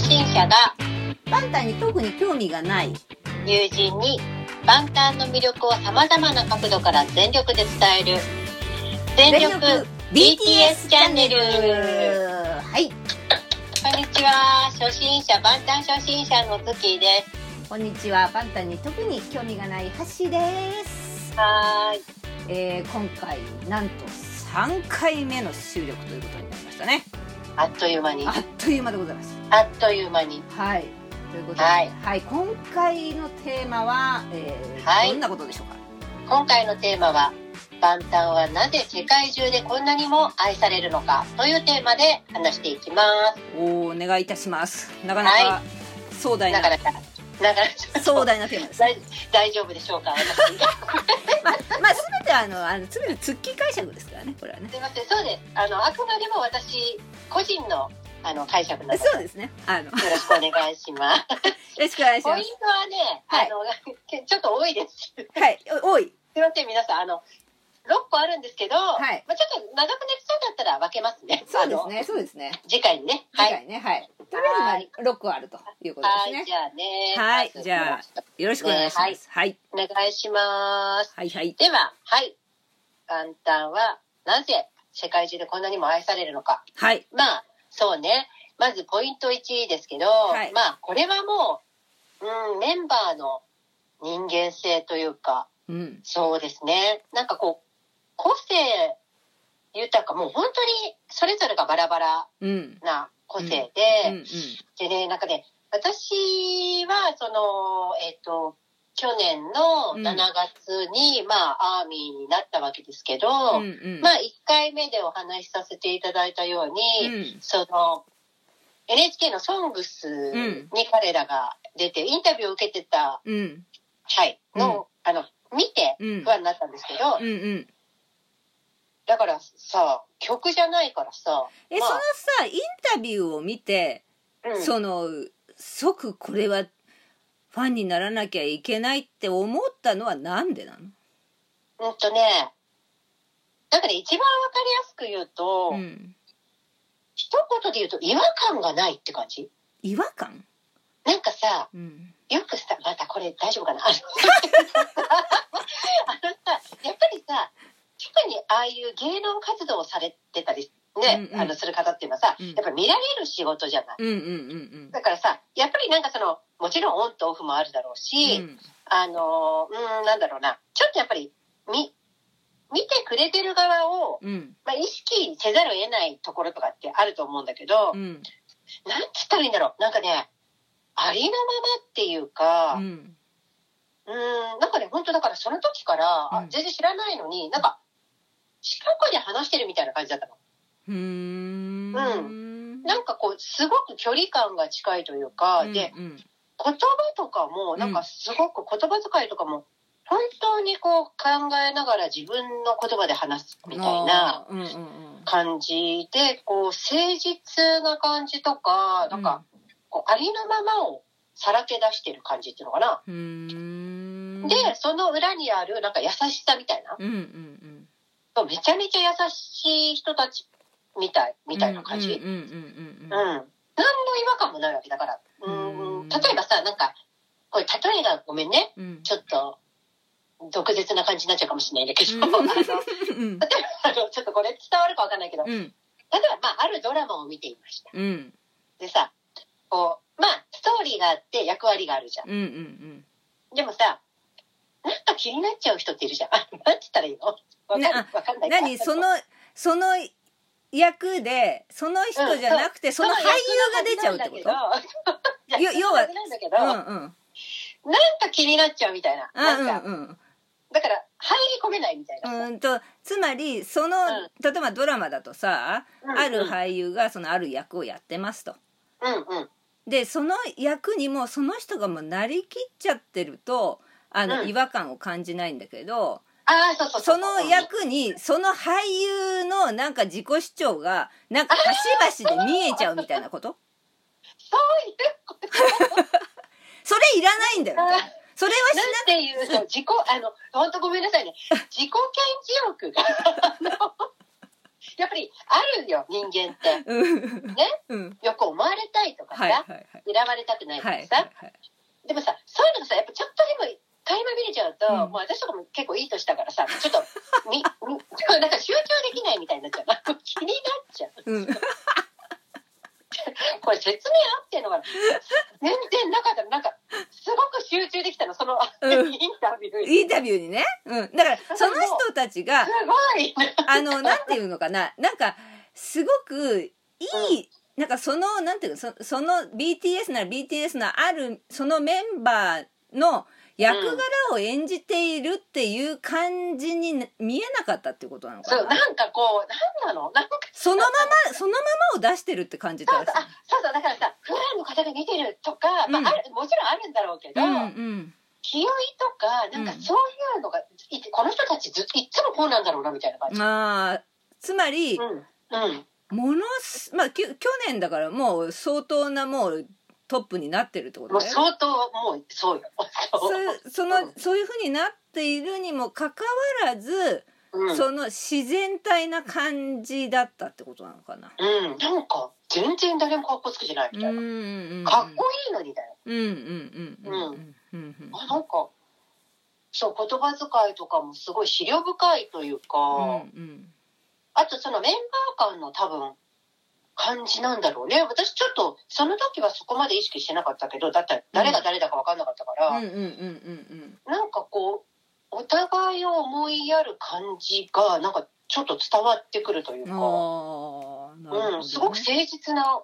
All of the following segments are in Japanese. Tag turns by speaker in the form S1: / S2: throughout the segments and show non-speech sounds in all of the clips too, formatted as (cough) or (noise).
S1: 信者が
S2: バンタンに特に興味がない
S1: 友人にバンタンの魅力をさまざまな角度から全力で伝える全力 BTS チャンネル
S2: はい
S1: こんにちは初心者バンタン初心者のズッキーで
S2: こんにちはバンタンに特に興味がないハッシーです、
S1: すはーい
S2: えー、今回なんと3回目の収録ということになりましたね
S1: あっという間に
S2: あっという間でございます
S1: あっという間に
S2: はいということで、は
S1: はいい
S2: 今回のテーマは、えー
S1: はい
S2: どんなことでしょうか
S1: 今回のテーマはバンタンはなぜ世界中でこんなにも愛されるのかというテーマで話していきます
S2: おお願いいたしますなかなか
S1: は
S2: 壮大な、
S1: なかなかなかなか
S2: 壮大なテーマです
S1: 大大丈夫でしょうか私
S2: まあ、まあ、全てあのあの全てツッキー解釈ですからねこれはね
S1: すいませんそうですあのあくまでも私個人のあの解釈なのでよ
S2: そうですねあ
S1: (laughs)
S2: のよ
S1: ろしくお願いし
S2: (laughs)
S1: ます
S2: ろしくお願いし
S1: ポ
S2: ま
S1: イン
S2: す
S1: トはね、
S2: はい
S1: あのちょっと多いですすい
S2: はいお多い
S1: ません皆さんあの6個あるんですけど、
S2: はい
S1: まあ、ちょっと長くなりそうだったら分けますね
S2: そうです
S1: あ
S2: ねそうですね
S1: の次回にね
S2: 次
S1: はい
S2: 回ねはい、とりあえずまあ6個あるということ
S1: は
S2: で
S1: い、
S2: すね
S1: じゃあね
S2: はい
S1: まず
S2: じゃあよろしくお願いしま
S1: ねはい
S2: すはい
S1: お願いします。
S2: はいはい
S1: では、はい。元旦は、なぜ世界中でこんなにも愛されるのか。
S2: はい
S1: まあ、そうね。まずポイント1ですけど、
S2: はい
S1: まあ、これはもう、うん、メンバーの人間性というか、
S2: うん
S1: そうですね。なんかこう、個性豊か、もう本当にそれぞれがバラバラ
S2: うん
S1: な個性で、
S2: うんうん
S1: でね、なんかね、私は、その、えっ、と、去年の
S2: うん
S1: 7月に、まあ、アーミーになったわけですけど、
S2: うんうん
S1: まあ、1回目でお話しさせていただいたよう
S2: う
S1: に、
S2: ん
S1: その、NHK のソングス
S2: ん
S1: に彼らが出て、インタビューを受けてた、
S2: うん
S1: はい、の、あの、見て、
S2: うん
S1: 不安になったんですけど、
S2: うんうん
S1: だからさ、曲じゃないからさ、
S2: え、
S1: まあ
S2: そのさインタビューを見て、
S1: うん、
S2: その即これはファンにならなきゃいけないって思ったのはなんでなの
S1: うんとね、なんかね、一番わかりやすく言うと、
S2: うん、
S1: 一言で言うと違和感がないって感じ
S2: 違和感、
S1: なんかさ
S2: うん、
S1: よくさまたこれ大丈夫かな (laughs) あのあのさやっぱりさ特にああいう芸能活動をされてたりね、
S2: うんうん
S1: あのする方っていうのはさ、
S2: うん
S1: やっぱ見られる仕事じゃない
S2: うんうんうん
S1: だからさやっぱりなんかそのもちろんオンとオフもあるだろう
S2: うん
S1: し、あのうんなんだろうなちょっとやっぱり見見てくれてる側を、
S2: うん
S1: まあ、意識せざるを得ないところとかってあると思うんだけど、
S2: うん
S1: なんつったらいいんだろう。なんかね、ありのままっていうか、
S2: う
S1: うん
S2: ん
S1: ーん、なんかね、本当だからその時から、
S2: う
S1: あ
S2: ん
S1: 全然知らないのに、なんか、近くで話してるみたいな感じだったの。
S2: うーん
S1: なんかこう、すごく距離感が近いというか、
S2: うん
S1: で、
S2: うん
S1: 言葉とかも、なん
S2: う
S1: か
S2: ん
S1: すごく言葉遣いとかも、本当にこう考えながら自分の言葉で話すみたいな
S2: あーうんうんうん
S1: 感じで、こう、誠実な感じとか、なんか、こうありのままをさらけ出してる感じっていうのかな。
S2: うーん
S1: で、その裏にあるなんか優しさみたいな、
S2: うんうんうん
S1: そうめちゃめちゃ優しい人たちみたい、みたいな感じ。うん
S2: うんうんうんうん
S1: 何の違和感もないわけだから。
S2: うん
S1: うん。例えばさ、なんか、これ例えがごめんね。
S2: うんうん
S1: ちょっと、毒舌な感じになっちゃうかもしれないんだけ
S2: う
S1: ど、(laughs)
S2: ん
S1: あの、例えば
S2: うん
S1: あのちょっとこれ伝わるかわかんないけど、例え
S2: うん
S1: ば、まあ、あるドラマを見ていました。
S2: うん
S1: でさ、こう、まあ、ストーリーがあって役割があるじゃん。
S2: うんうん
S1: でもさ、なんか気になっちゃう人っているじゃん。 (laughs) あ、なんつったらいいのわかんない。わかんない。
S2: 何そのその役でその人じゃなくて、その俳優が出ちゃうってこと
S1: と
S2: よ要は
S1: なんだけど、なんか
S2: うんうん
S1: 気になっちゃうみたいな。
S2: あ
S1: なんか、
S2: うんうん
S1: だから入り込めないみたいうな。
S2: ーんとつまりその、
S1: うん
S2: 例えばドラマだとさ、
S1: うん
S2: ある俳優がそのある役をやってますと。
S1: うんうん。
S2: でその役にもその人がもうなりきっちゃってるとあの、
S1: うん
S2: 違和感を感じないんだけど
S1: ああ、そうそう
S2: その役にその俳優のなんか自己主張がなん
S1: (laughs)
S2: か端々で見えちゃうみたいなこと
S1: そういうこと。
S2: それいらないんだよみたいなそれはし
S1: なんていうの、自己、あの、本当ごめんなさいね。自己顕示欲が、あのやっぱりあるよ、人間って。
S2: うん
S1: ね
S2: うん
S1: よく思われたいとかさ、
S2: はいはいはい
S1: 嫌われたくないか
S2: は
S1: ら
S2: い
S1: さ、でもさそういうのがさやっぱちょっとでも垣間見れちゃうと、
S2: うん
S1: もう私とかも結構いい年だからさちょっと
S2: (laughs)
S1: みみなんか集中できないみたいになっちゃう (laughs) 気になっちゃう
S2: うん
S1: これ説明合ってんのかな全然なかったなんかすごく集中できたのその、
S2: うん
S1: インタビューに
S2: インタビューにね、うん、だからその人たちが
S1: すごいな
S2: あの、なんていうのかな、なんか、すごくいい、なんかその、なんていうの、そその BTS なら BTS のある、そのメンバーの役柄を演じているっていう感じにな見えなかったっていうことなのか
S1: そう
S2: な。
S1: なんかこうなんなのなんか
S2: そのまま、そのままを出してるって感じた
S1: そう
S2: ら
S1: そうあそうそうだからさフランの方が見てるとか、まあ
S2: うん
S1: あるもちろんあるんだろうけど、
S2: うんうん。
S1: 気負いとかなんか
S2: うん
S1: そういうのが、いこの人たちずっといつもこうなんだろうなみたいな感じ、
S2: まあ、つまり
S1: う、んうん
S2: ものす、まあ、きゅ去年だからもう相当なもうトップになってるってこと
S1: もう
S2: だよね。
S1: 相当もうそうよ。
S2: そうそのそういうふうになっているにもかかわらず、
S1: うん、うん、
S2: その自然体な感じだったってことなのかな。
S1: なんか全然誰も格好つけてないみたいな。か
S2: か
S1: っこいいのにだよ。
S2: うんうんうんうんうんうん
S1: あなんかそう言葉遣いとかもすごい資料深いというか、
S2: うん
S1: あとそのメンバー間の多分感じなんだろうね。私ちょっとその時はそこまで意識してなかったけど、だって誰が誰だか分かんなかったから、
S2: うんうんうんうん
S1: なんかこうお互いを思いやる感じがなんかちょっと伝わってくるという
S2: うん。
S1: か。
S2: ああ、なるほどね
S1: うん、すごく誠実な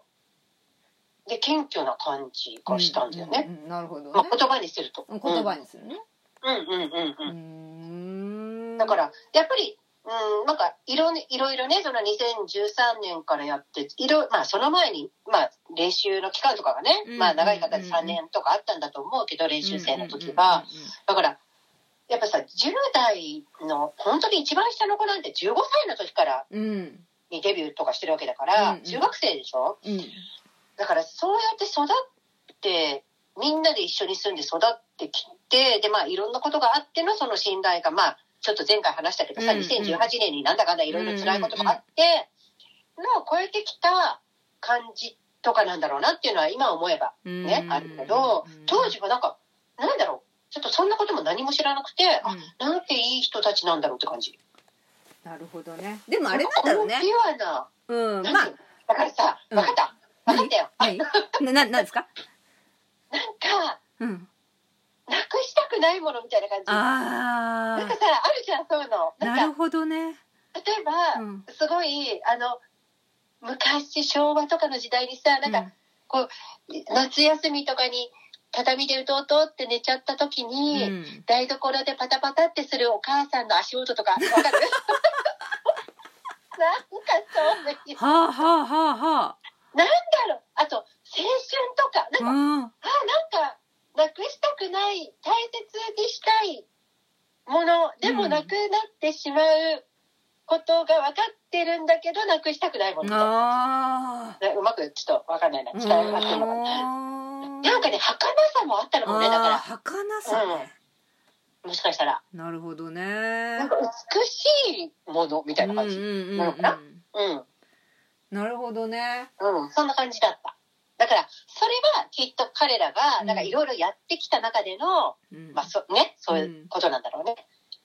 S1: で謙虚な感じがしたんだよね、。
S2: うんうんうんなるほど
S1: ま
S2: ね
S1: あ、。言葉にすると
S2: 言葉にするね。
S1: うんうんうん
S2: う
S1: うん
S2: ー
S1: うん
S2: ん。
S1: だからやっぱりうん、なんかいろねいろいろねその2013年からやっていろ、まあ、その前に、まあ、練習の期間とかがね、
S2: うん
S1: まあ、長い方で
S2: うん
S1: 3年とかあったんだと思うけど練習生の時は、
S2: うんうんうんうん。
S1: だからやっぱさ10代の本当に一番下の子なんて15歳の時から
S2: うん
S1: にデビューとかしてるわけだから、
S2: うんうん
S1: 中学生でしょ、
S2: うん
S1: だからそうやって育ってみんなで一緒に住んで育ってきてでまあいろんなことがあってのその信頼がまあちょっと前回話したけどさ、
S2: うんうん
S1: 2018年になんだかんだいろいろ辛いこともあって、のを超えてきた感じとかなんだろうなっていうのは今思えば
S2: うん
S1: ね、あるけど
S2: うん
S1: 当時はなんかなんだろうちょっとそんなことも何も知らなくて、
S2: う
S1: あ
S2: ん
S1: なんていい人たちなんだろうって感じ。
S2: なるほどね。でもあれなんだ
S1: な
S2: ろうん
S1: か
S2: ね
S1: こ。のピュアな、
S2: うん。
S1: なん
S2: ま
S1: ていうのだからさ、
S2: うん
S1: 分かった、分かったよ。
S2: あ、はい。 (laughs) な、ななんですか。
S1: なんか (laughs)
S2: うん。
S1: なくしたくないものみたいな感じ。
S2: あ
S1: なんか
S2: あ。
S1: さあるじゃんそういうのなん
S2: なる
S1: か
S2: ほどね。
S1: 例えば、
S2: うん。
S1: すごいあの昔昭和とかの時代にさなんか、夏休みとかに畳でうとうとうって寝ちゃった時
S2: うん、
S1: に、
S2: うん
S1: 台所でパタパタってするお母さんの足音とかわかる
S2: (laughs)
S1: なんかそういう
S2: はあはあはあは
S1: なんだろうあと青春とかなんか
S2: あ。う
S1: あ
S2: ん。
S1: なんかなくしたくない大切にしたいものでも
S2: うん
S1: なくなってしまうことが分かってるんだけど、なくしたくないものみたいな (laughs)
S2: ああ。
S1: ねうまくちょっと分かんないな伝わってるのかななんか
S2: ね。
S1: ね儚さもあったのもねだ
S2: あ
S1: か
S2: あ、儚さね。
S1: らもしかしたら
S2: なるほどね。
S1: なんか美しいものみたいな感じうん
S2: うんうんう。
S1: なのかなんうん、
S2: なるほどね。
S1: そんな感じだっただからそれはきっと彼らが
S2: うん
S1: なんかいろいろやってきた中での、
S2: うん
S1: まあそね、そういうことなんだろうね。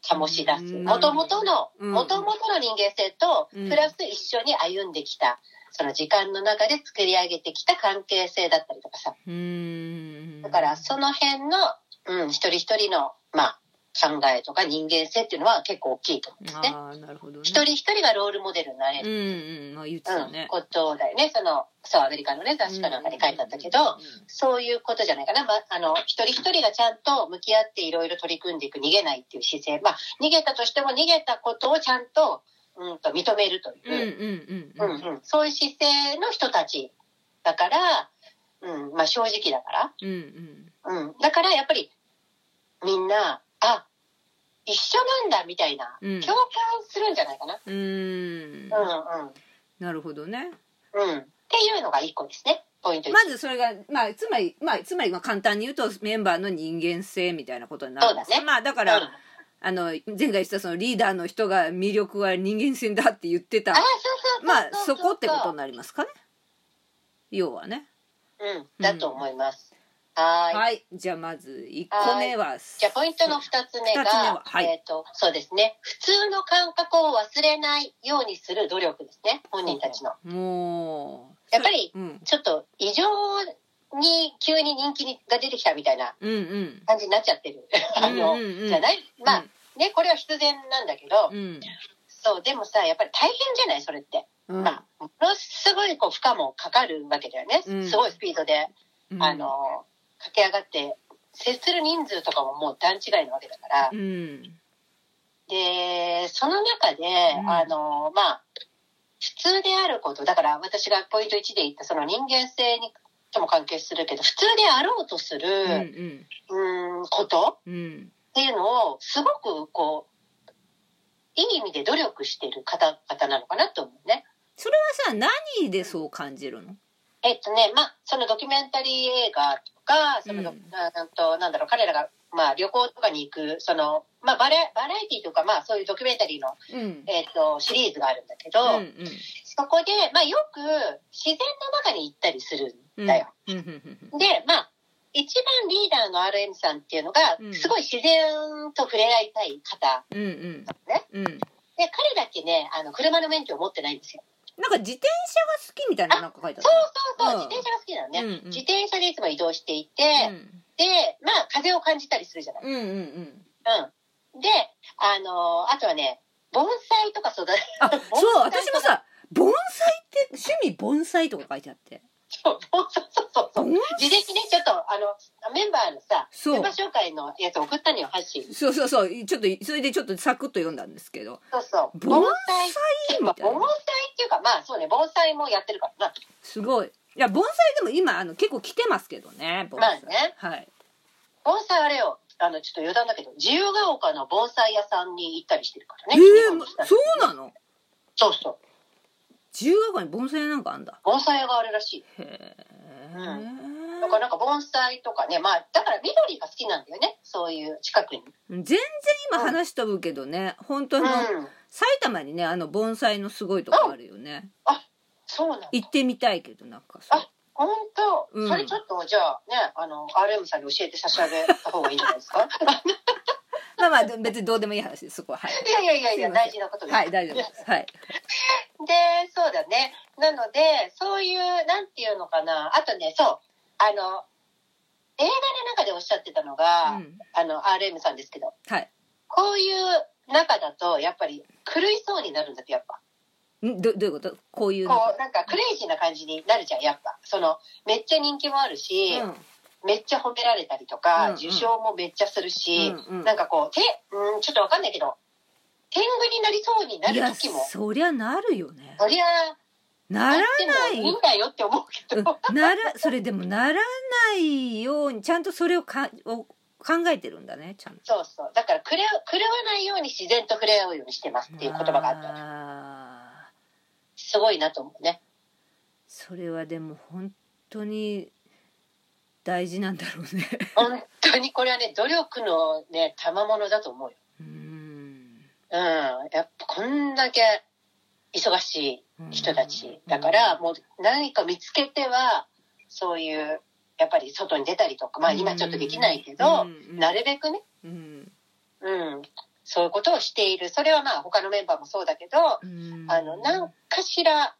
S1: 醸し出す。
S2: うん
S1: もともとの、
S2: うん
S1: もともとの人間性と、
S2: うん
S1: プラス一緒に歩んできた、その時間の中で作り上げてきた関係性だったりとかさ。
S2: うん。
S1: だから、その辺の、うん、一人一人の、まあ、考えとか人間性っていうのは結構大きいと思うんですね。
S2: ああ、なるほどね。
S1: 一人一人がロールモデルになれ
S2: う
S1: る、
S2: んうん。まあ言って
S1: うん
S2: たね。
S1: ことだよね。その、そう、アメリカのね、雑誌かなんかに書いてあったけど、そういうことじゃないかな。まあ、あの、一人一人がちゃんと向き合っていろいろ取り組んでいく、逃げないっていう姿勢。まあ、逃げたとしても逃げたことをちゃんと、うんと認めると
S2: う
S1: い
S2: んうん
S1: う、
S2: うんうん
S1: うんうんそういう姿勢の人たちだから、うん、まあ正直だか
S2: うんうん
S1: ら。うん。だからやっぱり、みんな、あ、一緒なんだみたいな、
S2: うん
S1: 共感するんじゃないかな。
S2: うーん
S1: う
S2: なるほど
S1: ん
S2: ね
S1: うん。うん。っていうのが一個ですね。ポイント一
S2: まずそれが、まあ、つまり、まあ、つまりまあ簡単に言うとメンバーの人間性みたいなことになるんです
S1: そうだね
S2: まあだか、
S1: からうん、あ
S2: あの前回言ったそのリーダーの人が魅力は人間性だって言ってた
S1: そうそうそうそう
S2: まあそこってことになりますかね要はね
S1: うん、だと思います。はーい。
S2: はい。じゃあまず1個目は。
S1: じゃあポイントの2つ目が、
S2: 二つ目ははい
S1: えっ、と、そうですね。普通の感覚を忘れないようにする努力ですね。本人たちの。
S2: もう。
S1: やっぱり
S2: うん。
S1: ちょっと異常に急に人気が出てきたみたいな
S2: うんうん。
S1: 感じになっちゃってる。あの、
S2: うんうんうん
S1: じゃないまあ、
S2: うん
S1: ね、これは必然なんだけど、
S2: うん。
S1: そう、でもさ、やっぱり大変じゃないそれって。
S2: うん
S1: まあ、ものすごいこう負荷もかかるわけだよね。
S2: うん
S1: すごいスピードで、
S2: うん
S1: あの、駆け上がって、接する人数とかももう段違いなわけだから
S2: う、ん。
S1: で、その中で、
S2: うん
S1: あの、まあ、普通であること、だから私がポイント1で言ったその人間性にとも関係するけど、普通であろうとする、
S2: う
S1: うんーん、こと
S2: うん。うん。
S1: っていうのを、すごくこう、いい意味で努力してる方々なのかなと思うね。
S2: それはさ、何でそう感じるの
S1: えっとね、まあ、そのドキュメンタリー映画とか、そのド、
S2: うん
S1: なんと、なんだろう、彼らが、まあ、旅行とかに行く、その、まあ、バラバラエティとか、まあ、そういうドキュメンタリーの、
S2: うん。
S1: えっと、シリーズがあるんだけど、
S2: うんうん
S1: そこで、まあ、よく自然の中に行ったりする
S2: うんん
S1: だよ。
S2: うんうん
S1: で、まあ、一番リーダーの RM さんっていうのが
S2: う、ん
S1: すごい自然と触れ合いたい方。
S2: うんうん
S1: ね
S2: うんうん
S1: で、彼だけね、あの、車の免許を持ってないんですよ。
S2: なんか自転車が好きみたいななんか書いてあっ
S1: そうそうそう、
S2: うん
S1: 自転車が好きなの
S2: た
S1: ね。
S2: うんうん
S1: 自転車でいつも移動していて、で、まあ、風を感じたりするじゃない。
S2: うんうんうんうん
S1: うん。で、あのあとはね、盆栽とか育て、 (laughs)
S2: あ
S1: 盆
S2: そう
S1: 栽
S2: 私もさ盆栽って趣味盆栽とか書いてあって
S1: そう、盆栽、そうそうそう。
S2: 盆
S1: 事前にね、ちょっと、あの、メンバーのさ、
S2: そう
S1: メンバー紹介のやつ送ったのよ、ハッシー。
S2: そうそうそうちょっとそれでちょっとサクッと読んだんですけど
S1: そうそう。
S2: 盆
S1: 栽
S2: 栽
S1: まあ
S2: みたい
S1: 盆
S2: な
S1: 栽っていうか、まあそうね、盆栽もやってるからな。
S2: すごいいや盆栽でも今あの結構来てますけどね盆栽
S1: まあね
S2: はい
S1: 盆栽あれよ、あの、ちょっと余談だけど、自由が丘の盆栽屋さんに行ったりしてるから
S2: え
S1: ね。日本に来た
S2: ー
S1: り
S2: そうなの
S1: そうそう。
S2: 自由が丘に盆栽なんかあんだ
S1: 盆栽屋があるらしい。
S2: へえ
S1: だからなんか盆栽とかね、まあ、だから緑が好きなんだよね、そういう近くに。
S2: 全然今話飛ぶけどね本当
S1: う
S2: の
S1: ん。
S2: 埼玉にねあの盆栽のすごいとこあるよね
S1: そうなんだ。
S2: 行ってみたいけどなんかさ
S1: 本当、
S2: うん
S1: それちょっとじゃあね、あの、RM さんに教えて差し上げた方がいいんじゃないです
S2: (laughs)
S1: か
S2: まあまあで別にどうでもいい話ですそこははい
S1: いやいやいやいや、大事なことです。
S2: はい大丈夫ですはい
S1: で、そうだね。なので、そういう、なんていうのかな。あとね、そう。あの、映画の中でおっしゃってたのが、
S2: うん
S1: あの、RM さんですけど、
S2: はい
S1: こういう中だと、やっぱり、狂いそうになるんだって、やっぱ。
S2: んどどういうことこういうの
S1: こう、なんか、クレイジーな感じになるじゃん、やっぱ。その、めっちゃ人気もあるし、
S2: うん
S1: めっちゃ褒められたりとか、
S2: うんうん
S1: 受賞もめっちゃするし、
S2: うんうん
S1: なんかこう、て、うん、ちょっとわかんないけど、天狗になりそうにないる
S2: や
S1: 時も、
S2: そりゃなるよね
S1: そりゃ、
S2: な
S1: あ
S2: ら
S1: っ
S2: な
S1: て
S2: い
S1: もいいんだよって思うけ
S2: う
S1: ど、
S2: んならそれでもならないようにちゃんとそれをかを考えてるんだねちゃんと
S1: そうそう。だから、狂わ狂わないように自然と触れ合うようにしてますっていう言葉があった。
S2: あー
S1: すごいなと思うね。
S2: それはでも本当に大事なんだろうね (laughs)
S1: 本当にこれはね、努力のね、賜物だと思うよ。
S2: うーん
S1: うん。やっぱこんだけ忙しい人たち。だか
S2: う
S1: ら、
S2: ん
S1: もう何か見つけては、そういう、やっぱり外に出たりとか、まあ今ちょっとできないけ
S2: う
S1: ど
S2: ん、うん
S1: なるべくね、
S2: うん
S1: うん、そういうことをしている。それはまあ他のメンバーもそうだけど、
S2: うん
S1: あの、何かしら、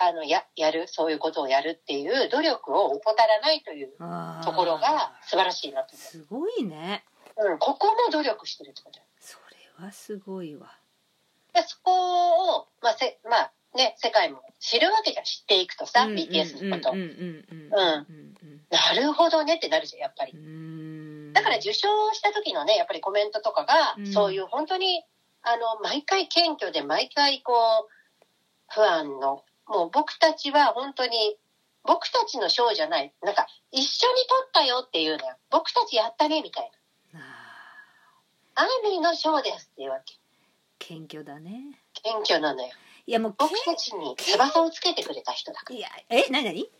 S1: あの、や、やる、そういうことをやるっていう努力を怠らないという
S2: あー
S1: ところが素晴らしいなと
S2: すごいね
S1: 思う。うん、ここも努力してるってことだよ
S2: それはすごいわ
S1: でそこを、まあ、せ、まあ、ね、世界も知るわけじゃん、知っていくとさ、BTS のこと。
S2: うんう
S1: なん
S2: うん
S1: るほどねってなるじゃん、やっぱり
S2: う。ん
S1: だから受賞した時のね、やっぱりコメントとかが、
S2: うん
S1: そういう本当に、あの、毎回謙虚で、毎回こう、不安の、もう僕たちは本当に、僕たちの賞じゃない、なんか、一緒に撮ったよっていうのよ。僕たちやったね、みたい
S2: あー
S1: な。アーミーの賞ですっていうわけ。
S2: 謙虚だね
S1: 謙虚なのよ。
S2: いやもう
S1: 僕たちに翼をつけてくれた人だから。
S2: いやえ何何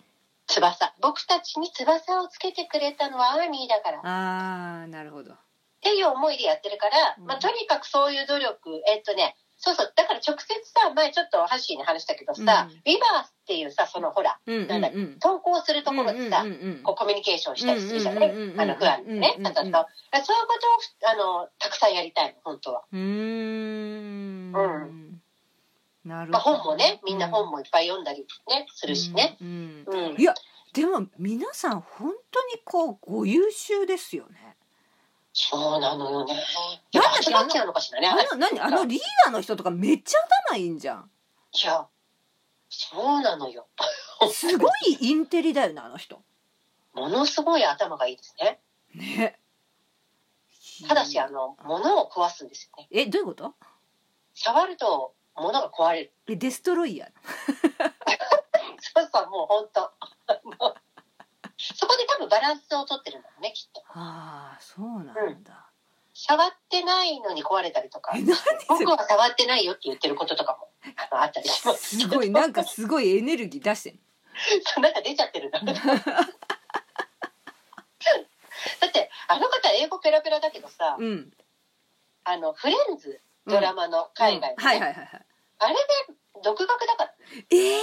S1: 翼。僕たちに翼をつけてくれたのはアーミーだから。
S2: ああなるほど
S1: っていう思いでやってるから、
S2: うん
S1: まあ、とにかくそういう努力、えっとね、そうそう。だから直接さ、前ちょっとハッシーに話したけどさ、
S2: うん
S1: リバースっていうさ、そのほら、
S2: うんうん
S1: なんだっ
S2: うん
S1: 投稿するところでさ、
S2: うんうんうんうん
S1: こうコミュニケーションしたりするじゃな
S2: うんうんうんう
S1: い
S2: ん
S1: あの、不安でね
S2: う、んうんうん
S1: 方と。だからそういうことを、あの、たくさんやりたいの、本当は。
S2: うーん
S1: う
S2: なる
S1: まあ、
S2: ほど
S1: 本もね、みんな本もいっぱい読んだりね、するしね。
S2: うんうん
S1: うん。
S2: いやでも皆さん本当にこうご優秀ですよね
S1: そうなのよね。
S2: なんだっ
S1: 飽
S2: け
S1: き飽きなのかしらね。
S2: あの何あのリーダーの人とかめっちゃ頭いいんじゃん
S1: いや、そうなのよ。
S2: すごいインテリだよねあの人
S1: ものすごい頭がいいですね。
S2: ね
S1: ただし、あの、物を壊すんですよね。
S2: えどういうこと
S1: 触ると、物が壊れる。
S2: えデストロイヤー
S1: そうそう、もう本当。 (laughs) あのそこで多分バランスを取ってるんだろうね、きっと。
S2: ああそうなんだ、
S1: 触ってないのに壊れたりとか
S2: え。何それ
S1: 僕は触ってないよって言ってることとか
S2: (laughs)
S1: もあのあったりします。
S2: すごいなんかすごいエネルギー出してる
S1: そうなんか出ちゃってるな。 (laughs) だって、あの方英語ペラペラだけどさ、
S2: うん
S1: あの、フレンズ、ドラマの海外のね、
S2: うんはいはいはいはい
S1: あれで独学だから。
S2: ええ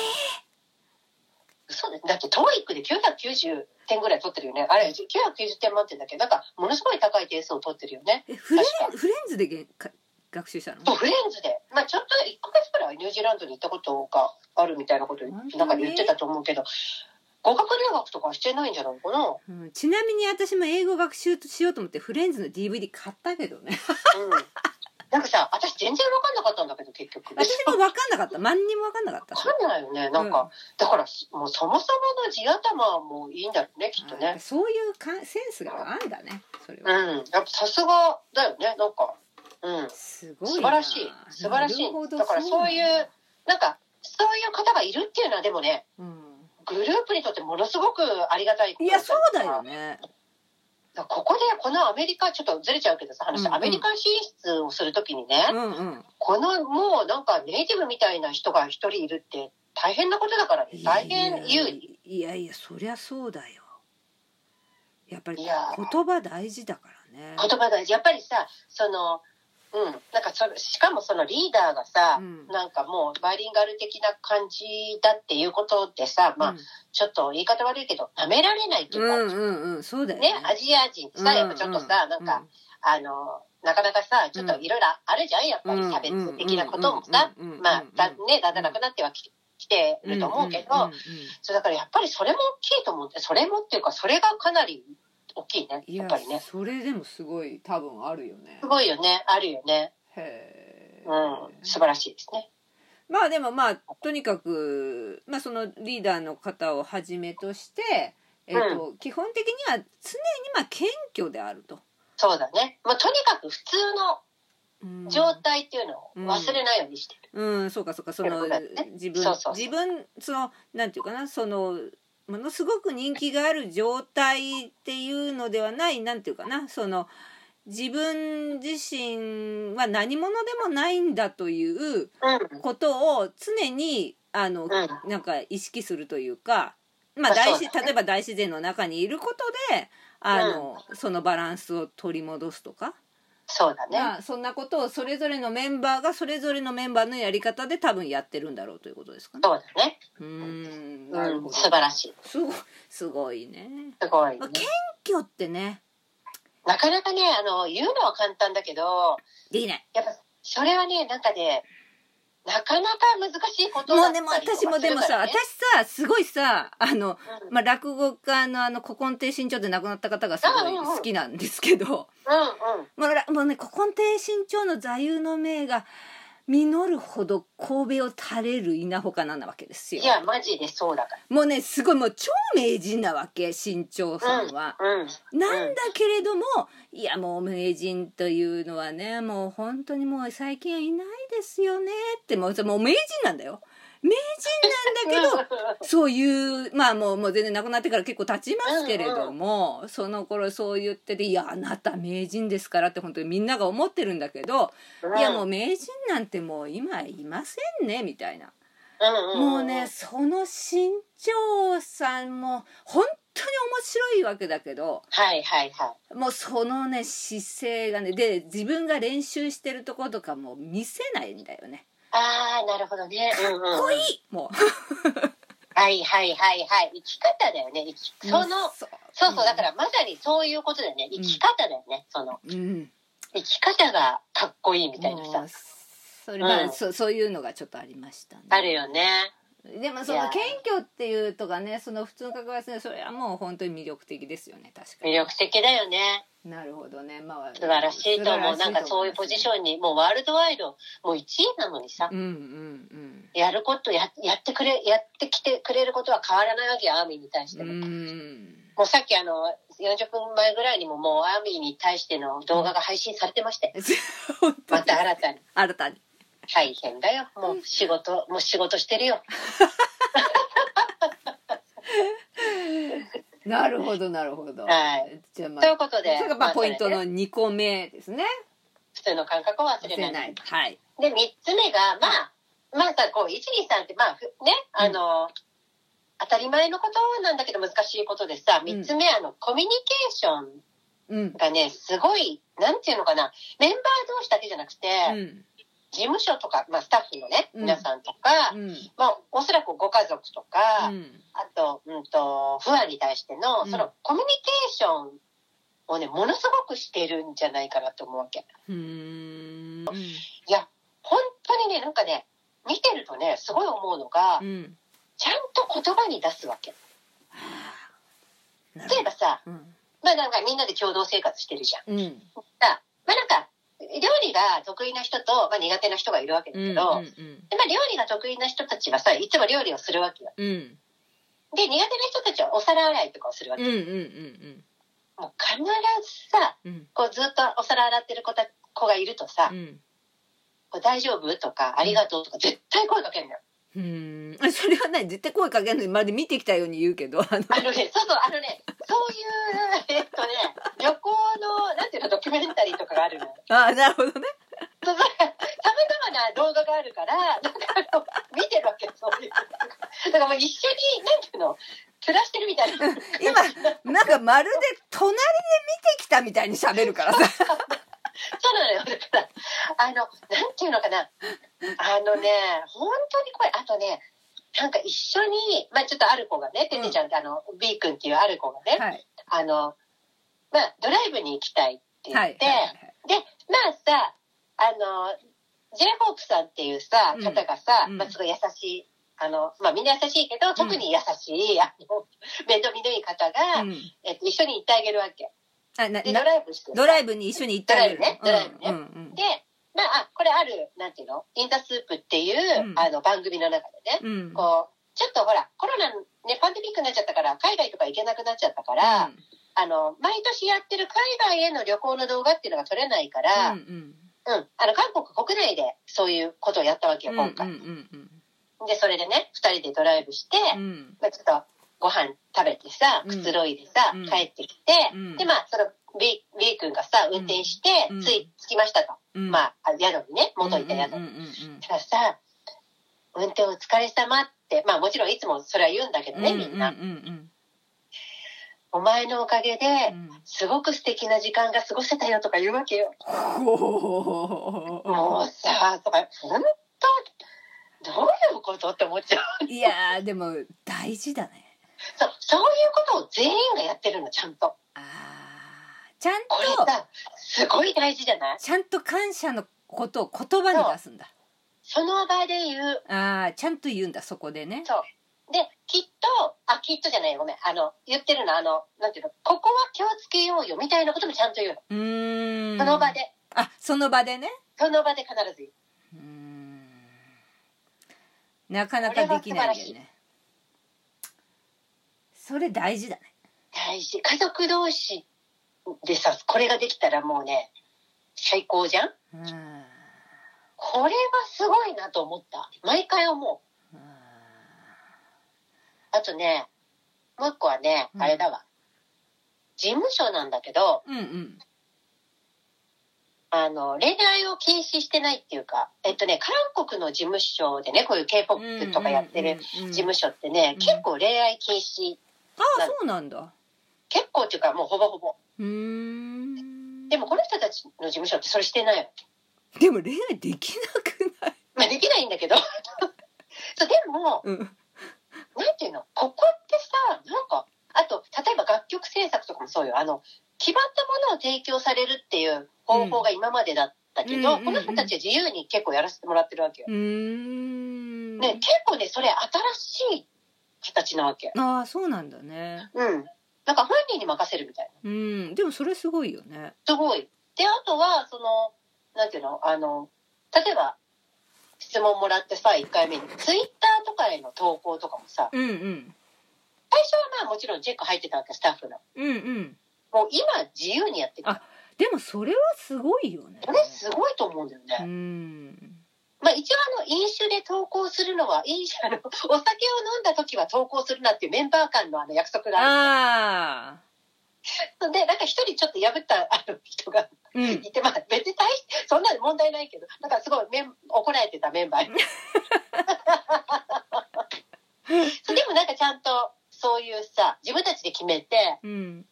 S1: そうです。だって、トーイックで990点ぐらい取ってるよね。あれ、990点満点だっけど、なんか、ものすごい高い点数を取ってるよね。
S2: えフレ
S1: 確
S2: ンフレンズでげんか学習したの
S1: そう、フレンズで。まあ、ちょっと1ヶ月くらいはニュージーランドに行ったことがあるみたいなこと、
S2: 本当に
S1: なんかで言ってたと思うけど、語学留学とかしてないんじゃないかな。
S2: うんちなみに私も英語学習しようと思ってフレンズの DVD 買ったけどね
S1: うん。なんかさ、私全然わかんなかったんだけど、結局。
S2: 私も分かんなかった何にも分かんなかった
S1: わかんないよね。なんか、
S2: うん
S1: だから、もうそもそもの地頭もいいんだろうね、きっと
S2: あやっぱ
S1: ね。
S2: そういうかセンスがあんだねそれ
S1: うん。
S2: は、
S1: やっぱさすがだよね、なんか。うん。
S2: すごい
S1: 素晴
S2: な
S1: らしい。素晴らし
S2: なるほ
S1: い。
S2: ど
S1: だからそういう、なんか、そういう方がいるっていうのはでもね、
S2: そうなんだ
S1: グループにとってものすごくありがたいこ
S2: う
S1: と
S2: ん、いやそうだよね
S1: だからここでこのアメリカ、ちょっとずれちゃうけどさ、話、
S2: うんうん
S1: アメリカ進出をするときにね、
S2: うんうん
S1: このもうなんかネイティブみたいな人が一人いるって大変なことだからね。大変有利。
S2: いやいやいやそりゃそうだよやっぱり
S1: いや
S2: 言葉大事だからね
S1: 言葉だやっぱりさそのうんなんかそれしかもそのリーダーがさ、
S2: うん
S1: なんかもうバイリンガル的な感じだっていうことでさまあ、ちょっと言い方悪いけど舐められないって
S2: う
S1: いう
S2: ん、う
S1: か、
S2: んうんうんそうだよね
S1: ねアジア人ってさやっぱちょっとさ、なんか、、あのなかなかさちょっといろいろあるじゃんやっぱり差別的なこともさ、
S2: うんうんうんうん
S1: まあだねだんだんなくなってはききてると思うけど、
S2: んんん
S1: そうだからやっぱりそれも大きいと思うんでそれもっていうかそれがかなり大きいね
S2: い
S1: や
S2: や
S1: っぱりね
S2: それでもすごい多分あるよね
S1: すごいよねあるよね
S2: へえ、
S1: うん、素晴らしいですね。
S2: まあでもまあとにかく、まあ、そのリーダーの方をはじめとして、えーと基本的には常にまあ謙虚であると。
S1: そうだね。まあ、とにかく普通
S2: うん
S1: の状態っていうのを忘れないようにしてる。
S2: うん、そうかそうかその
S1: そうだね
S2: 自分
S1: そうそうそう
S2: 自分そのなんていうかなそのものすごく人気がある状態っていうのではないなんていうかなその自分自身は何者でもないんだという
S1: うん。
S2: ことを常にあの、
S1: う
S2: なんか意識するというか、ま
S1: ま
S2: あ、
S1: あ
S2: 大
S1: そう
S2: 自
S1: だね
S2: 例えば大自然の中にいることであの、そのバランスを取り戻すとか、
S1: そうだね。
S2: まあ、そんなことをそれぞれのメンバーがそれぞれのメンバーのやり方で多分やってるんだろうということですかね。
S1: そうだね。
S2: うーんなる
S1: う
S2: ほ
S1: ん。
S2: ど
S1: 素晴らしい。
S2: すごいすごいね。
S1: すごい、ね
S2: まあ、。謙虚ってね
S1: なかなかね、あの、言うのは簡単だけど、
S2: できない。
S1: やっぱ、それはね、なんかね、なかなか難しいこと
S2: も
S1: だった
S2: うで
S1: り
S2: も
S1: とかする
S2: 私もでも
S1: か
S2: さ
S1: らね
S2: 私さすごいさあの
S1: うん
S2: まあ、落語家のあの古今亭新潮で亡くなった方がすごい好きなんですけど、
S1: うんうん。
S2: もうらもうね古今亭新潮の座右の銘が実るほど神戸を垂れる稲穂かななわけですよ
S1: い。や、マジでそうだか
S2: もうねすごいもう超名人なわけ新潮
S1: ら。
S2: さ
S1: うん
S2: んは。
S1: うん。
S2: なんだけれどもいやもう名人というのはねもう本当にもう最近はいないですよねってもうそもう名人なんだよ。名人なんだけ
S1: (laughs)
S2: どそういうまあもうもう全然亡くなってから結構経ちますけれども、その頃そう言ってて「いやあなた名人ですから」って本当にみんなが思ってるんだけど「
S1: うん
S2: いやもう名人なんてもう今いませんね」みたいな、
S1: うんんん
S2: もうねその新潮さんも本当に白いわけだけど
S1: はいはいは
S2: もうそのね姿勢がねで自分が練習してるとことかも見せないんだよね。
S1: い。ああ、なるほどね。うんうん。
S2: 濃いもう
S1: はいはいはいはい。生き方だよね。生きその、
S2: (laughs) そう
S1: そうそう、だからまさにそういうことだよね。生き方だよね。その、
S2: うん
S1: 生き方がかっこいいみたいな
S2: も
S1: さ
S2: う。それまあ、
S1: うん
S2: そそういうのがちょっとありましたね。
S1: あるよね。
S2: でもそ
S1: い
S2: の
S1: や
S2: 謙虚っていうとかねその普通の格好ですねそれはもう本当に魅力的ですよね確か
S1: 魅
S2: に
S1: 力的だよね。
S2: なるほどねまあ
S1: 素晴らしいと思う。
S2: 素晴らし
S1: なんかそういうポジションに、もうワールドワイド、もう1位なのにさ。
S2: ンうんうん
S1: やることや、やってくれ、やってきてくれることは変わらないわけよ、アーミーに対して
S2: う
S1: も。
S2: んうん
S1: もうさっきあの、40分前ぐらいにももうアーミーに対しての動画が配信されてまして。
S2: 本当
S1: ま
S2: に
S1: た新たに。
S2: 新たに
S1: 大変だよ。もう仕事、もう仕事してるよ。
S2: なるほどなるほど
S1: はい
S2: じゃあま
S1: という
S2: あ
S1: ことで
S2: それが、まあ
S1: そ
S2: ポ
S1: れ
S2: イントの
S1: ね
S2: 2個目ですね
S1: 普通の感覚を忘
S2: 忘
S1: れ
S2: れ
S1: ない。
S2: ないはい
S1: で、三つ目が、まあ、まあさ、こう、一二三って、まあ、ふね、あの、当たり前のことなんだけど難しいことでさ、
S2: うん
S1: 三つ目、あの、コミュニケーション
S2: うん
S1: がね、すごい、なんていうのかな、メンバー同士だけじゃなくて、
S2: うん
S1: 事務所とか、まあ、スタッフのね、
S2: うん
S1: 皆さんとか、
S2: うん
S1: まあ、おそらくご家族とか、
S2: うん
S1: あと、うんと、不安に対しての、
S2: うん
S1: その、コミュニケーションをね、ものすごくしてるんじゃないかなと思うわけ。
S2: うーん
S1: いや、本当にね、なんかね、見てるとね、すごい思うのが、
S2: うん
S1: ちゃんと言葉に出すわけ。
S2: なる
S1: 例えばさ、
S2: ほどうん
S1: まあなんかみんなで共同生活してるじゃん。
S2: うん
S1: さ、まあなんか、料理が得意な人と、まあ、苦手な人がいるわけだ
S2: う
S1: け
S2: んうん
S1: ど、でまあ料理が得意な人たちはさ、いつも料理をするわけよ。
S2: うん
S1: で、苦手な人たちはお皿洗いとかをするわ
S2: う
S1: け。
S2: んうんうん
S1: もう必ずさ、
S2: うんうん
S1: こうずっとお皿洗ってる子た子がいるとさ、
S2: うん
S1: こう大丈夫とか、ありがとうとか、絶対声かけるのよ。
S2: うーんそれはね絶対声かけるのにまるで見てきたように言うけどあの
S1: あの
S2: (laughs)
S1: ね、そうそう、あのね、そういう、えっとね、旅行の、なんていうの、ドキュメンタリーとかがあるのよ。
S2: あなるほどね
S1: そうそうさまざまな動画があるから、なんかあの見てるわけ、そういう。だからもう一緒に、なんていうの、暮らしてるみたいな。
S2: 今なんかまるで隣で見てきたみたいに喋るからさ
S1: そうなのよ。だから、あの、なんていうのかな。あのね、本当にこれ、あとね、なんか一緒に、まあちょっとある子がね、ててちゃんって、あの、B 君っていうある子がね、
S2: はい
S1: あの、まあドライブに行きたいって言
S2: は
S1: っ
S2: い
S1: て、で、まあさ、あの、J ホープさんっていうさ、
S2: うん
S1: 方がさ、
S2: うん
S1: まあすごい優しい、あの、まあみんな優しいけど、特に優しい、 (laughs) あの、面倒見のいい方が、
S2: うん
S1: えっと、一緒に行ってあげるわけ。
S2: あな
S1: で、
S2: な
S1: ドライブして。
S2: ドライブに一緒に行った
S1: ド
S2: り
S1: ライブねドライブね
S2: うんうん
S1: で、まあ、あこれある、なんていうのインザスープっていう、
S2: うん
S1: あの、番組の中でね、
S2: うんうん
S1: こう、ちょっとほら、コロナ、ね、パンデミックになっちゃったから、海外とか行けなくなっちゃったから、あの、毎年やってる海外への旅行の動画っていうのが撮れないから、
S2: う
S1: うん、
S2: ん
S1: あの、韓国国内でそういうことをやったわけ
S2: う
S1: よ、
S2: んうん
S1: 今回。
S2: うんうん
S1: で、それでね、二人でドライブして、
S2: うん
S1: まあ、ちょっと、ご飯食べてさ、
S2: うん
S1: くつろいでさ、
S2: うん
S1: 帰ってきて、
S2: うん
S1: で、まあ、その B、B 君がさ、運転して、
S2: うん
S1: つい、着きましたと。
S2: うん
S1: まあ、あ宿にね、元いた宿に
S2: うんうんうん
S1: たださ、運転お疲れ様って、まあもちろんいつもそれは言うんだけど
S2: うん
S1: ね、みんな。
S2: うんうんうん
S1: お前のおかげで、
S2: うん
S1: すごく素敵な時間が過ごせたよとか言うわけよ。
S2: ほ
S1: もうさ、とか、本当どういうことって思っちゃう。
S2: ういやーでも大事だね
S1: そう、そういうことを全員がやってるの、ちゃんと。
S2: あーちゃん
S1: これ
S2: と
S1: さ、すごい大事じゃない
S2: ちゃんと感謝のことを言葉に出すんだ
S1: その場で言う。
S2: ああちゃんと言うんだそこでね
S1: そう。で、きっと、あ、きっとじゃないよ、ごめん。あの、言ってるの、あの、なんていうの、ここは気をつけようよ、みたいなこともちゃんと言う
S2: うーん
S1: の。その場で、
S2: あその場でね
S1: その場で必ず言う。
S2: うーんなかなかできないんだよねそれ大事だね
S1: 大事家族同士でさこれができたらもうね最高じゃん
S2: うんうん
S1: これはすごいなと思った毎回思うあとねもう一個はね
S2: うん
S1: あれだわ、事務所なんだけど
S2: うんうん
S1: あの恋愛を禁止してないっていうかえっとね韓国の事務所でねこういう k p o
S2: うん
S1: p とかやってる
S2: うんうん
S1: 事務所ってね、
S2: ん
S1: 結構恋愛禁止
S2: ああそうなんだ
S1: 結構っていうかもうほぼほぼ。
S2: うーん
S1: でもこの人たちの事務所ってそれしてないわけ。
S2: でも恋愛できなくない
S1: まあできないんだけど。 (laughs) そうでも、
S2: うん
S1: なんていうの、ここってさ、なんか、あと、例えば楽曲制作とかもそうよ。あの、決まったものを提供されるっていう方法が今までだったけど、
S2: うん
S1: この人たちは自由に結構やらせてもらってるわけよ。
S2: うーん
S1: ね、結構ね、それ新しい形なわけ。
S2: ああそうなんだね
S1: うん。なんか本人に任せるみたいな。
S2: うんでもそれすごいよね
S1: すごい。で、あとは、その、なんていうの、あの、例えば、質問もらってさ、1回目に、ツイッターとかへの投稿とかもさ、
S2: うんうん
S1: 最初はまあもちろんチェック入ってたわけ、スタッフの。
S2: うんうん
S1: もう今、自由にやってくる
S2: あ。でもそれはすごいよね
S1: これすごいと思うんだよね。
S2: うん
S1: まあ一応あの、飲酒で投稿するのは、飲酒、あの、お酒を飲んだ時は投稿するなっていうメンバー間のあの約束があ
S2: ああ
S1: るので、なんか一人ちょっと破ったあの人が
S2: うん
S1: いて、まあ別に大しそんなの問題ないけど、なんかすごいメン怒られてたメンバーに。そうでもなんかちゃんと、そういうさ、自分たちで決めて、
S2: うん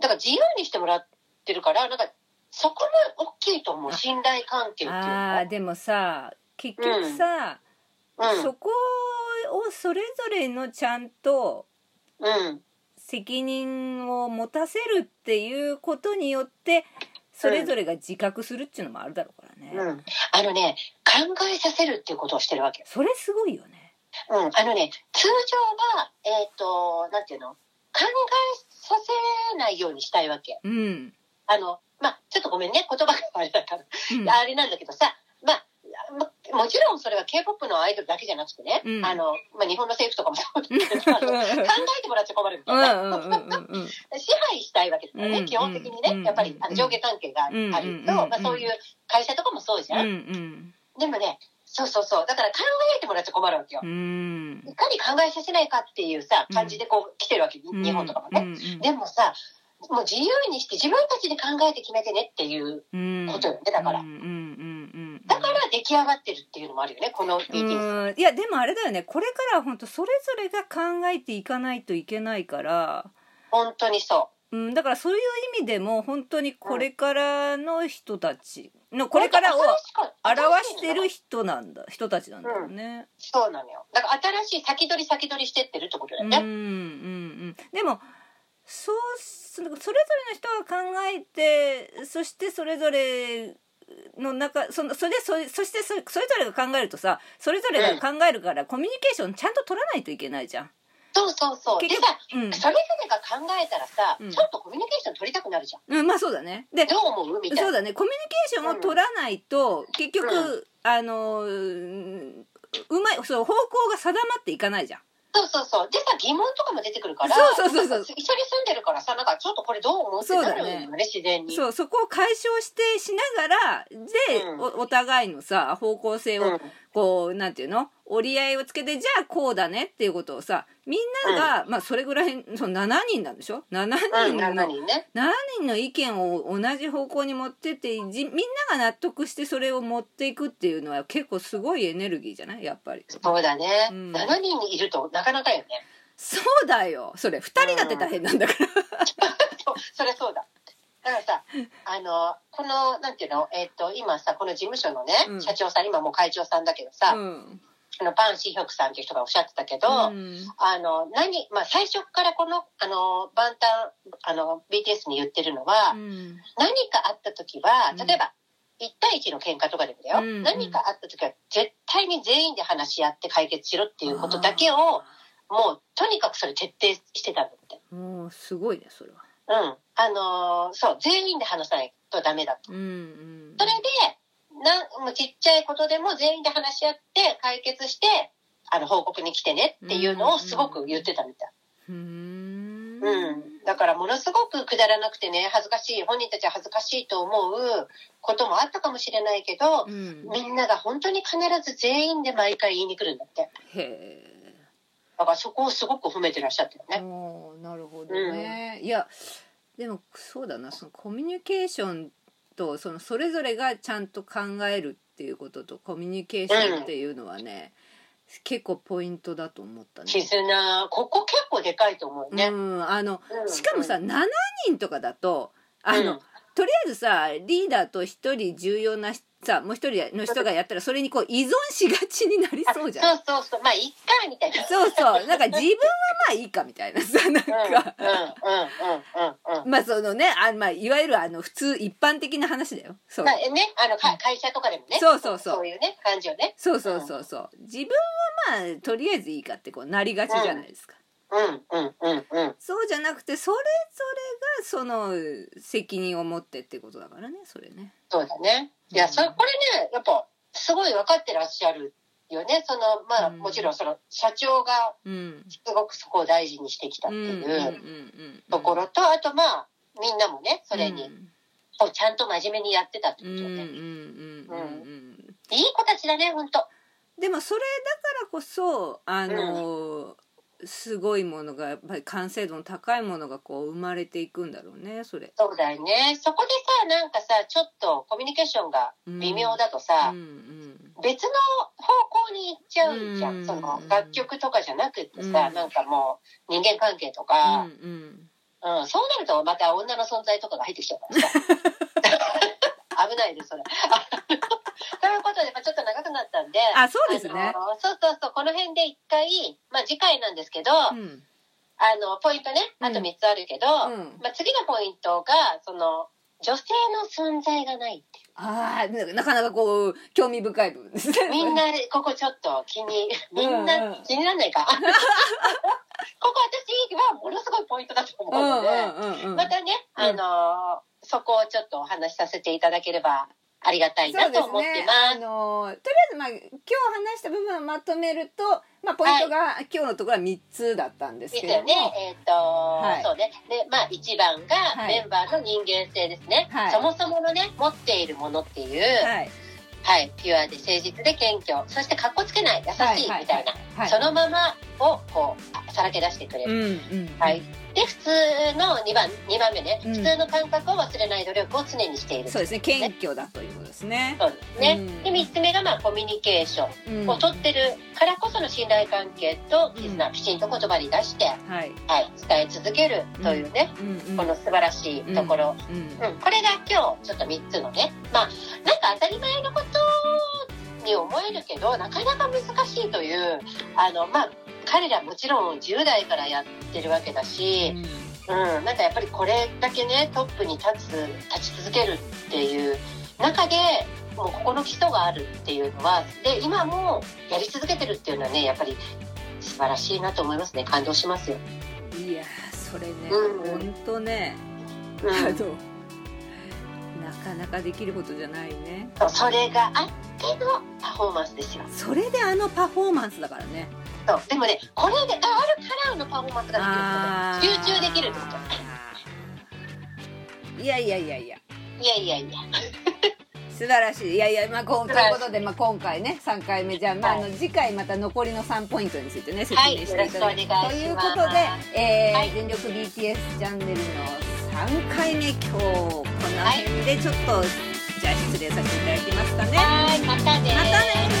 S1: だから自由にしてもらってるから、なんかそこも大きいと思う、信頼関係っていう
S2: あ
S1: か
S2: あ。でもさ結局さ、
S1: うん
S2: そこをそれぞれのちゃんと
S1: うん。
S2: 責任を持たせるっていうことによってそれぞれが自覚するっていうのもあるだろうからね、
S1: うん、あのね考えさせるっていうことをしてるわけ、
S2: それすごいよね
S1: うん、あのね通常はえっ、となんていうの考えさせないようにしたいわけ
S2: うん、うん
S1: あのまあちょっとごめんね言葉があれだから、あれなんだけどさまあまもちろんそれは k p o p のアイドルだけじゃなくてね、
S2: うん
S1: あのまあ、日本の政府とかもそうだけどあの考えてもらっちゃ困るみ
S2: (laughs) う
S1: たい
S2: ん
S1: な、
S2: うんうんうんうん
S1: 支配したいわけだからね、
S2: うん
S1: 基本的に
S2: うん
S1: ねやっぱりあ
S2: う
S1: の
S2: ん
S1: 上下関係があると、
S2: うん
S1: まあ、そういう会社とかもそうじゃん、
S2: うん
S1: でもね、そうそうそう。だから考えてもらっちゃ困るわけよ
S2: う。ん
S1: いかに考えさせないかっていうさ、感じでこう来てるわけ、
S2: うん
S1: 日本とかもね。でもさ、もう自由にして自分たちで考えて決めてねっていう
S2: うん
S1: ことよね、だから。
S2: うんうんうんうん
S1: だから出来上がってるっていうのもあるよね、この BTS。
S2: うんいやでもあれだよねこれからは本当それぞれが考えていかないといけないから、
S1: 本当にそ
S2: うん、だからそういう意味でも本当にこれからの人たちのこれからを表してる
S1: 人。
S2: 人なんだ人たちなんだよね。
S1: そうなのよ。だから新しい先取り先取りしてってるってことだ
S2: う
S1: よ
S2: んうんう
S1: ね。
S2: ん、でもそうそれぞれの人が考えてそしてそれぞれの中そのそれでそそしてそそれぞれが考えるとさそれぞれが考えるから、コミュニケーションちゃんと取らないといけないじゃん。
S1: そうそうそう。で
S2: 結
S1: さ
S2: 局、うん
S1: それぞれが考えたらさ、
S2: うん
S1: ちょっとコミュニケーション取りたくなるじゃん。
S2: うん、まあそうだね。で
S1: どう思うみたい
S2: そう
S1: な。
S2: だねコミュニケーションを取らないと、結局、
S1: う
S2: あのうんうまいそう方向が定まっていかないじゃん。
S1: そうそうそう。でさ、疑問とかも出てくるから、
S2: そうそうそうそう
S1: 一緒に住んでるからさ、なんかちょっとこれどう思うって
S2: そう
S1: な
S2: だね
S1: るよね、自然に。
S2: そうそこを解消してしながらで、
S1: うん
S2: おお互いのさ方向性
S1: うん
S2: をこう、なんていうの折り合いをつけてじゃあこうだねっていうことをさみんなが、まあそれぐらいその7人なんでしょ7
S1: うん、
S2: 人の、
S1: 7人ね。
S2: 7人の意見を同じ方向に持ってってじみんなが納得してそれを持っていくっていうのは結構すごいエネルギーじゃないやっぱり。
S1: そうだね、
S2: うん
S1: 7人いるとなかなかよね。
S2: そうだよそれ2人だって大変なんだから。
S1: そう、そりゃそうだ。だからさ、あの、この、なんていうの、えっ、と、今さ、この事務所のね、
S2: うん
S1: 社長さん、今もう会長さんだけどさ、
S2: うん
S1: あのパン・シヒョクさんっていう人がおっしゃってたけど、
S2: うん
S1: あの、何、まあ、最初からこの、あの、万端、あの、BTS に言ってるのは、
S2: うん
S1: 何かあった時は
S2: うん
S1: 例えば1対1の喧嘩とかでもだよ、
S2: うんうん
S1: 何かあった時は絶対に全員で話し合って解決しろっていうことだけをもうとにかくそれ徹底してたんだって
S2: もうすごいねそれは。
S1: うんあのーそう全員で話さないとダメだと
S2: うんうん
S1: それでなんもうちっちゃいことでも全員で話し合って解決してあの報告に来てねっていうのをすごく言ってたみたい、
S2: うーん
S1: うん、だからものすごくくだらなくてね恥ずかしい本人たちは恥ずかしいと思うこともあったかもしれないけど、
S2: うんへ
S1: みんなが本当に必ず全員で毎回言いに来るんだって。
S2: え
S1: だからそこをすごく褒めてらっしゃったよね。
S2: おーなるほどね、いやでもそうだなそのコミュニケーションとそのそれぞれがちゃんと考えるっていうこととコミュニケーションっていうのはね、結構ポイントだと思ったね。
S1: 絆、ここ結構でかいと思うね。
S2: うん、あの
S1: うん
S2: しかもさ、
S1: うん
S2: 7人とかだとあの、
S1: うん
S2: とりあえずさリーダーと1人重要なさもう1人の人がやったらそれにこう依存しがちになり
S1: あ
S2: そうじゃん。
S1: そうそうそう。まあ、いっか、みたいな。
S2: そうそうなんか自分はまあいいかみたいなさな
S1: う
S2: ん
S1: ん、うん、
S2: か、
S1: うん、うん、うん。
S2: まあそのねあ、まあ、いわゆるあの普通一般的な話だよ。そう
S1: まあ、ね、あの、か会社とかでもね。
S2: そうそうそう
S1: そういうね、感じをね。
S2: そうそうそうそう自分はまあとりあえずいいかってこうなりがちじゃないですか、
S1: うん、うん、うん、うん。
S2: そうじゃなくてそれぞれがその責任を持ってってことだからねそれね
S1: そうだね。いや、それ、
S2: うん
S1: これね、やっぱ、すごい分かってらっしゃるよね。その、まあ、
S2: うん
S1: もちろん、その、社長が、
S2: うん
S1: すごくそこを大事にしてきたっ
S2: う
S1: て
S2: んうんうん
S1: いう
S2: うん
S1: ところと、あと、まあ、みんなもね、それ
S2: う
S1: に、
S2: ん
S1: こうちゃんと真面目にやってたって
S2: う
S1: こ
S2: ん
S1: と
S2: うん
S1: よ
S2: うん
S1: ね。
S2: うんうん
S1: いい子たちだね、ほんと。
S2: でもそれだからこそあのすごいものがやっぱり完成度の高いものがこう生まれていくんだろうねそれ
S1: そうだよね。そこでさ、なんかさ、ちょっとコミュニケーションが微妙だと
S2: う
S1: さ、
S2: んうん
S1: 別の方向に行っちゃうじゃ
S2: うん
S1: ん。その楽曲とかじゃなくってさ、
S2: うん
S1: なんかもう人間関係と
S2: う
S1: か、
S2: ん
S1: うん、そうなるとまた女の存在とかが入ってきちゃうから
S2: (laughs)
S1: さ。危ないです、それ。ということで、まあ、ちょっと長くなったんで。
S2: あそうですね
S1: あのそうそうそう、この辺で一回、まあ次回なんですけど、
S2: う
S1: あ
S2: ん
S1: の、ポイントね、あと
S2: うん
S1: 3つあるけど、
S2: うん
S1: まあ次のポイントが、その、女性の存在がないってい
S2: ああなかなかこう興味深い部分ですね
S1: う。みんな、ここちょっと気に、みん
S2: うんう
S1: なん気にならない
S2: (laughs)
S1: か。ここ私はものすごいポイントだと思
S2: う
S1: うんの
S2: う
S1: で、
S2: んうんうん
S1: またね、
S2: うん
S1: あのーそこをちょっとお話しさせていただければありがたい
S2: そ
S1: な
S2: うで
S1: と
S2: す
S1: 思って
S2: ね
S1: ま。
S2: あ
S1: す。
S2: のとりあえずまあ今日話した部分をまとめると、まあポイントが、今日のところは三つだったんです
S1: いい
S2: け
S1: です
S2: れど
S1: よ
S2: も、
S1: ね。えっ、と、
S2: い
S1: そうね。で、まあ、一番が
S2: はい
S1: メンバーの人間性ですね。
S2: はい
S1: そもそものね、持っているものっていう、はい、
S2: はい、
S1: ピュアで誠実で謙虚、そしてかっこつけない、優し
S2: はい
S1: み
S2: い
S1: たいな、
S2: はいはい
S1: そのままをこう、さらけ出してくれ
S2: う
S1: る。
S2: んうん
S1: はいで、普通の2番、二番目ね、
S2: うん
S1: 普通の感覚を忘れない努力を常にしている。
S2: そうですね謙虚だということですね。
S1: そうですね。
S2: うん
S1: で、3つ目が、まあ、コミュニケーション。
S2: うん
S1: を取ってるからこその信頼関係と絆、
S2: うん
S1: きちんと言葉に出して、
S2: はい、
S1: はい、伝え続けるというね、
S2: うんうん
S1: この素晴らしいところ、
S2: うん
S1: うんこれが今日ちょっと3つのねまあなんか当たり前のことに思えるけどなかなか難しいというあのまあ彼らもちろん10代からやってるわけだし、うん、なんかやっぱりこれだけねトップに立つ立ち続けるっていう中でもうここの基礎があるっていうのはで今もやり続けてるっていうのはねやっぱり素晴らしいなと思いますね感動しますよ。
S2: うんいやーそれね
S1: うん
S2: 本当、ね、
S1: う
S2: あ
S1: ん、
S2: のなかなかできることじゃないね。
S1: (laughs) それがあってのパフォーマンスですよ。
S2: それであのパフォーマンスだからね。
S1: そうでもねこれがあるからのパフォーマンスが
S2: あ
S1: で
S2: ー
S1: きる集中できるってこと。
S2: いやいやいやいや
S1: いやいやいや。
S2: 素晴らしいいやいやまあこ
S1: 素
S2: うと
S1: 晴
S2: い
S1: らしい
S2: うことで、まあ、今回ね3回目じゃあ,、まあ、あ
S1: はい
S2: の次回また残りの3ポイントについてね説
S1: はい
S2: 明していただきま
S1: よろ
S2: と
S1: し
S2: い
S1: く
S2: う
S1: お願いし
S2: こ
S1: ます
S2: とで、えー
S1: はい
S2: 全力 BTS チャンネルの3回目今日この辺でちょっと、じゃあ失礼させていただきますかね。
S1: はいまたね
S2: またね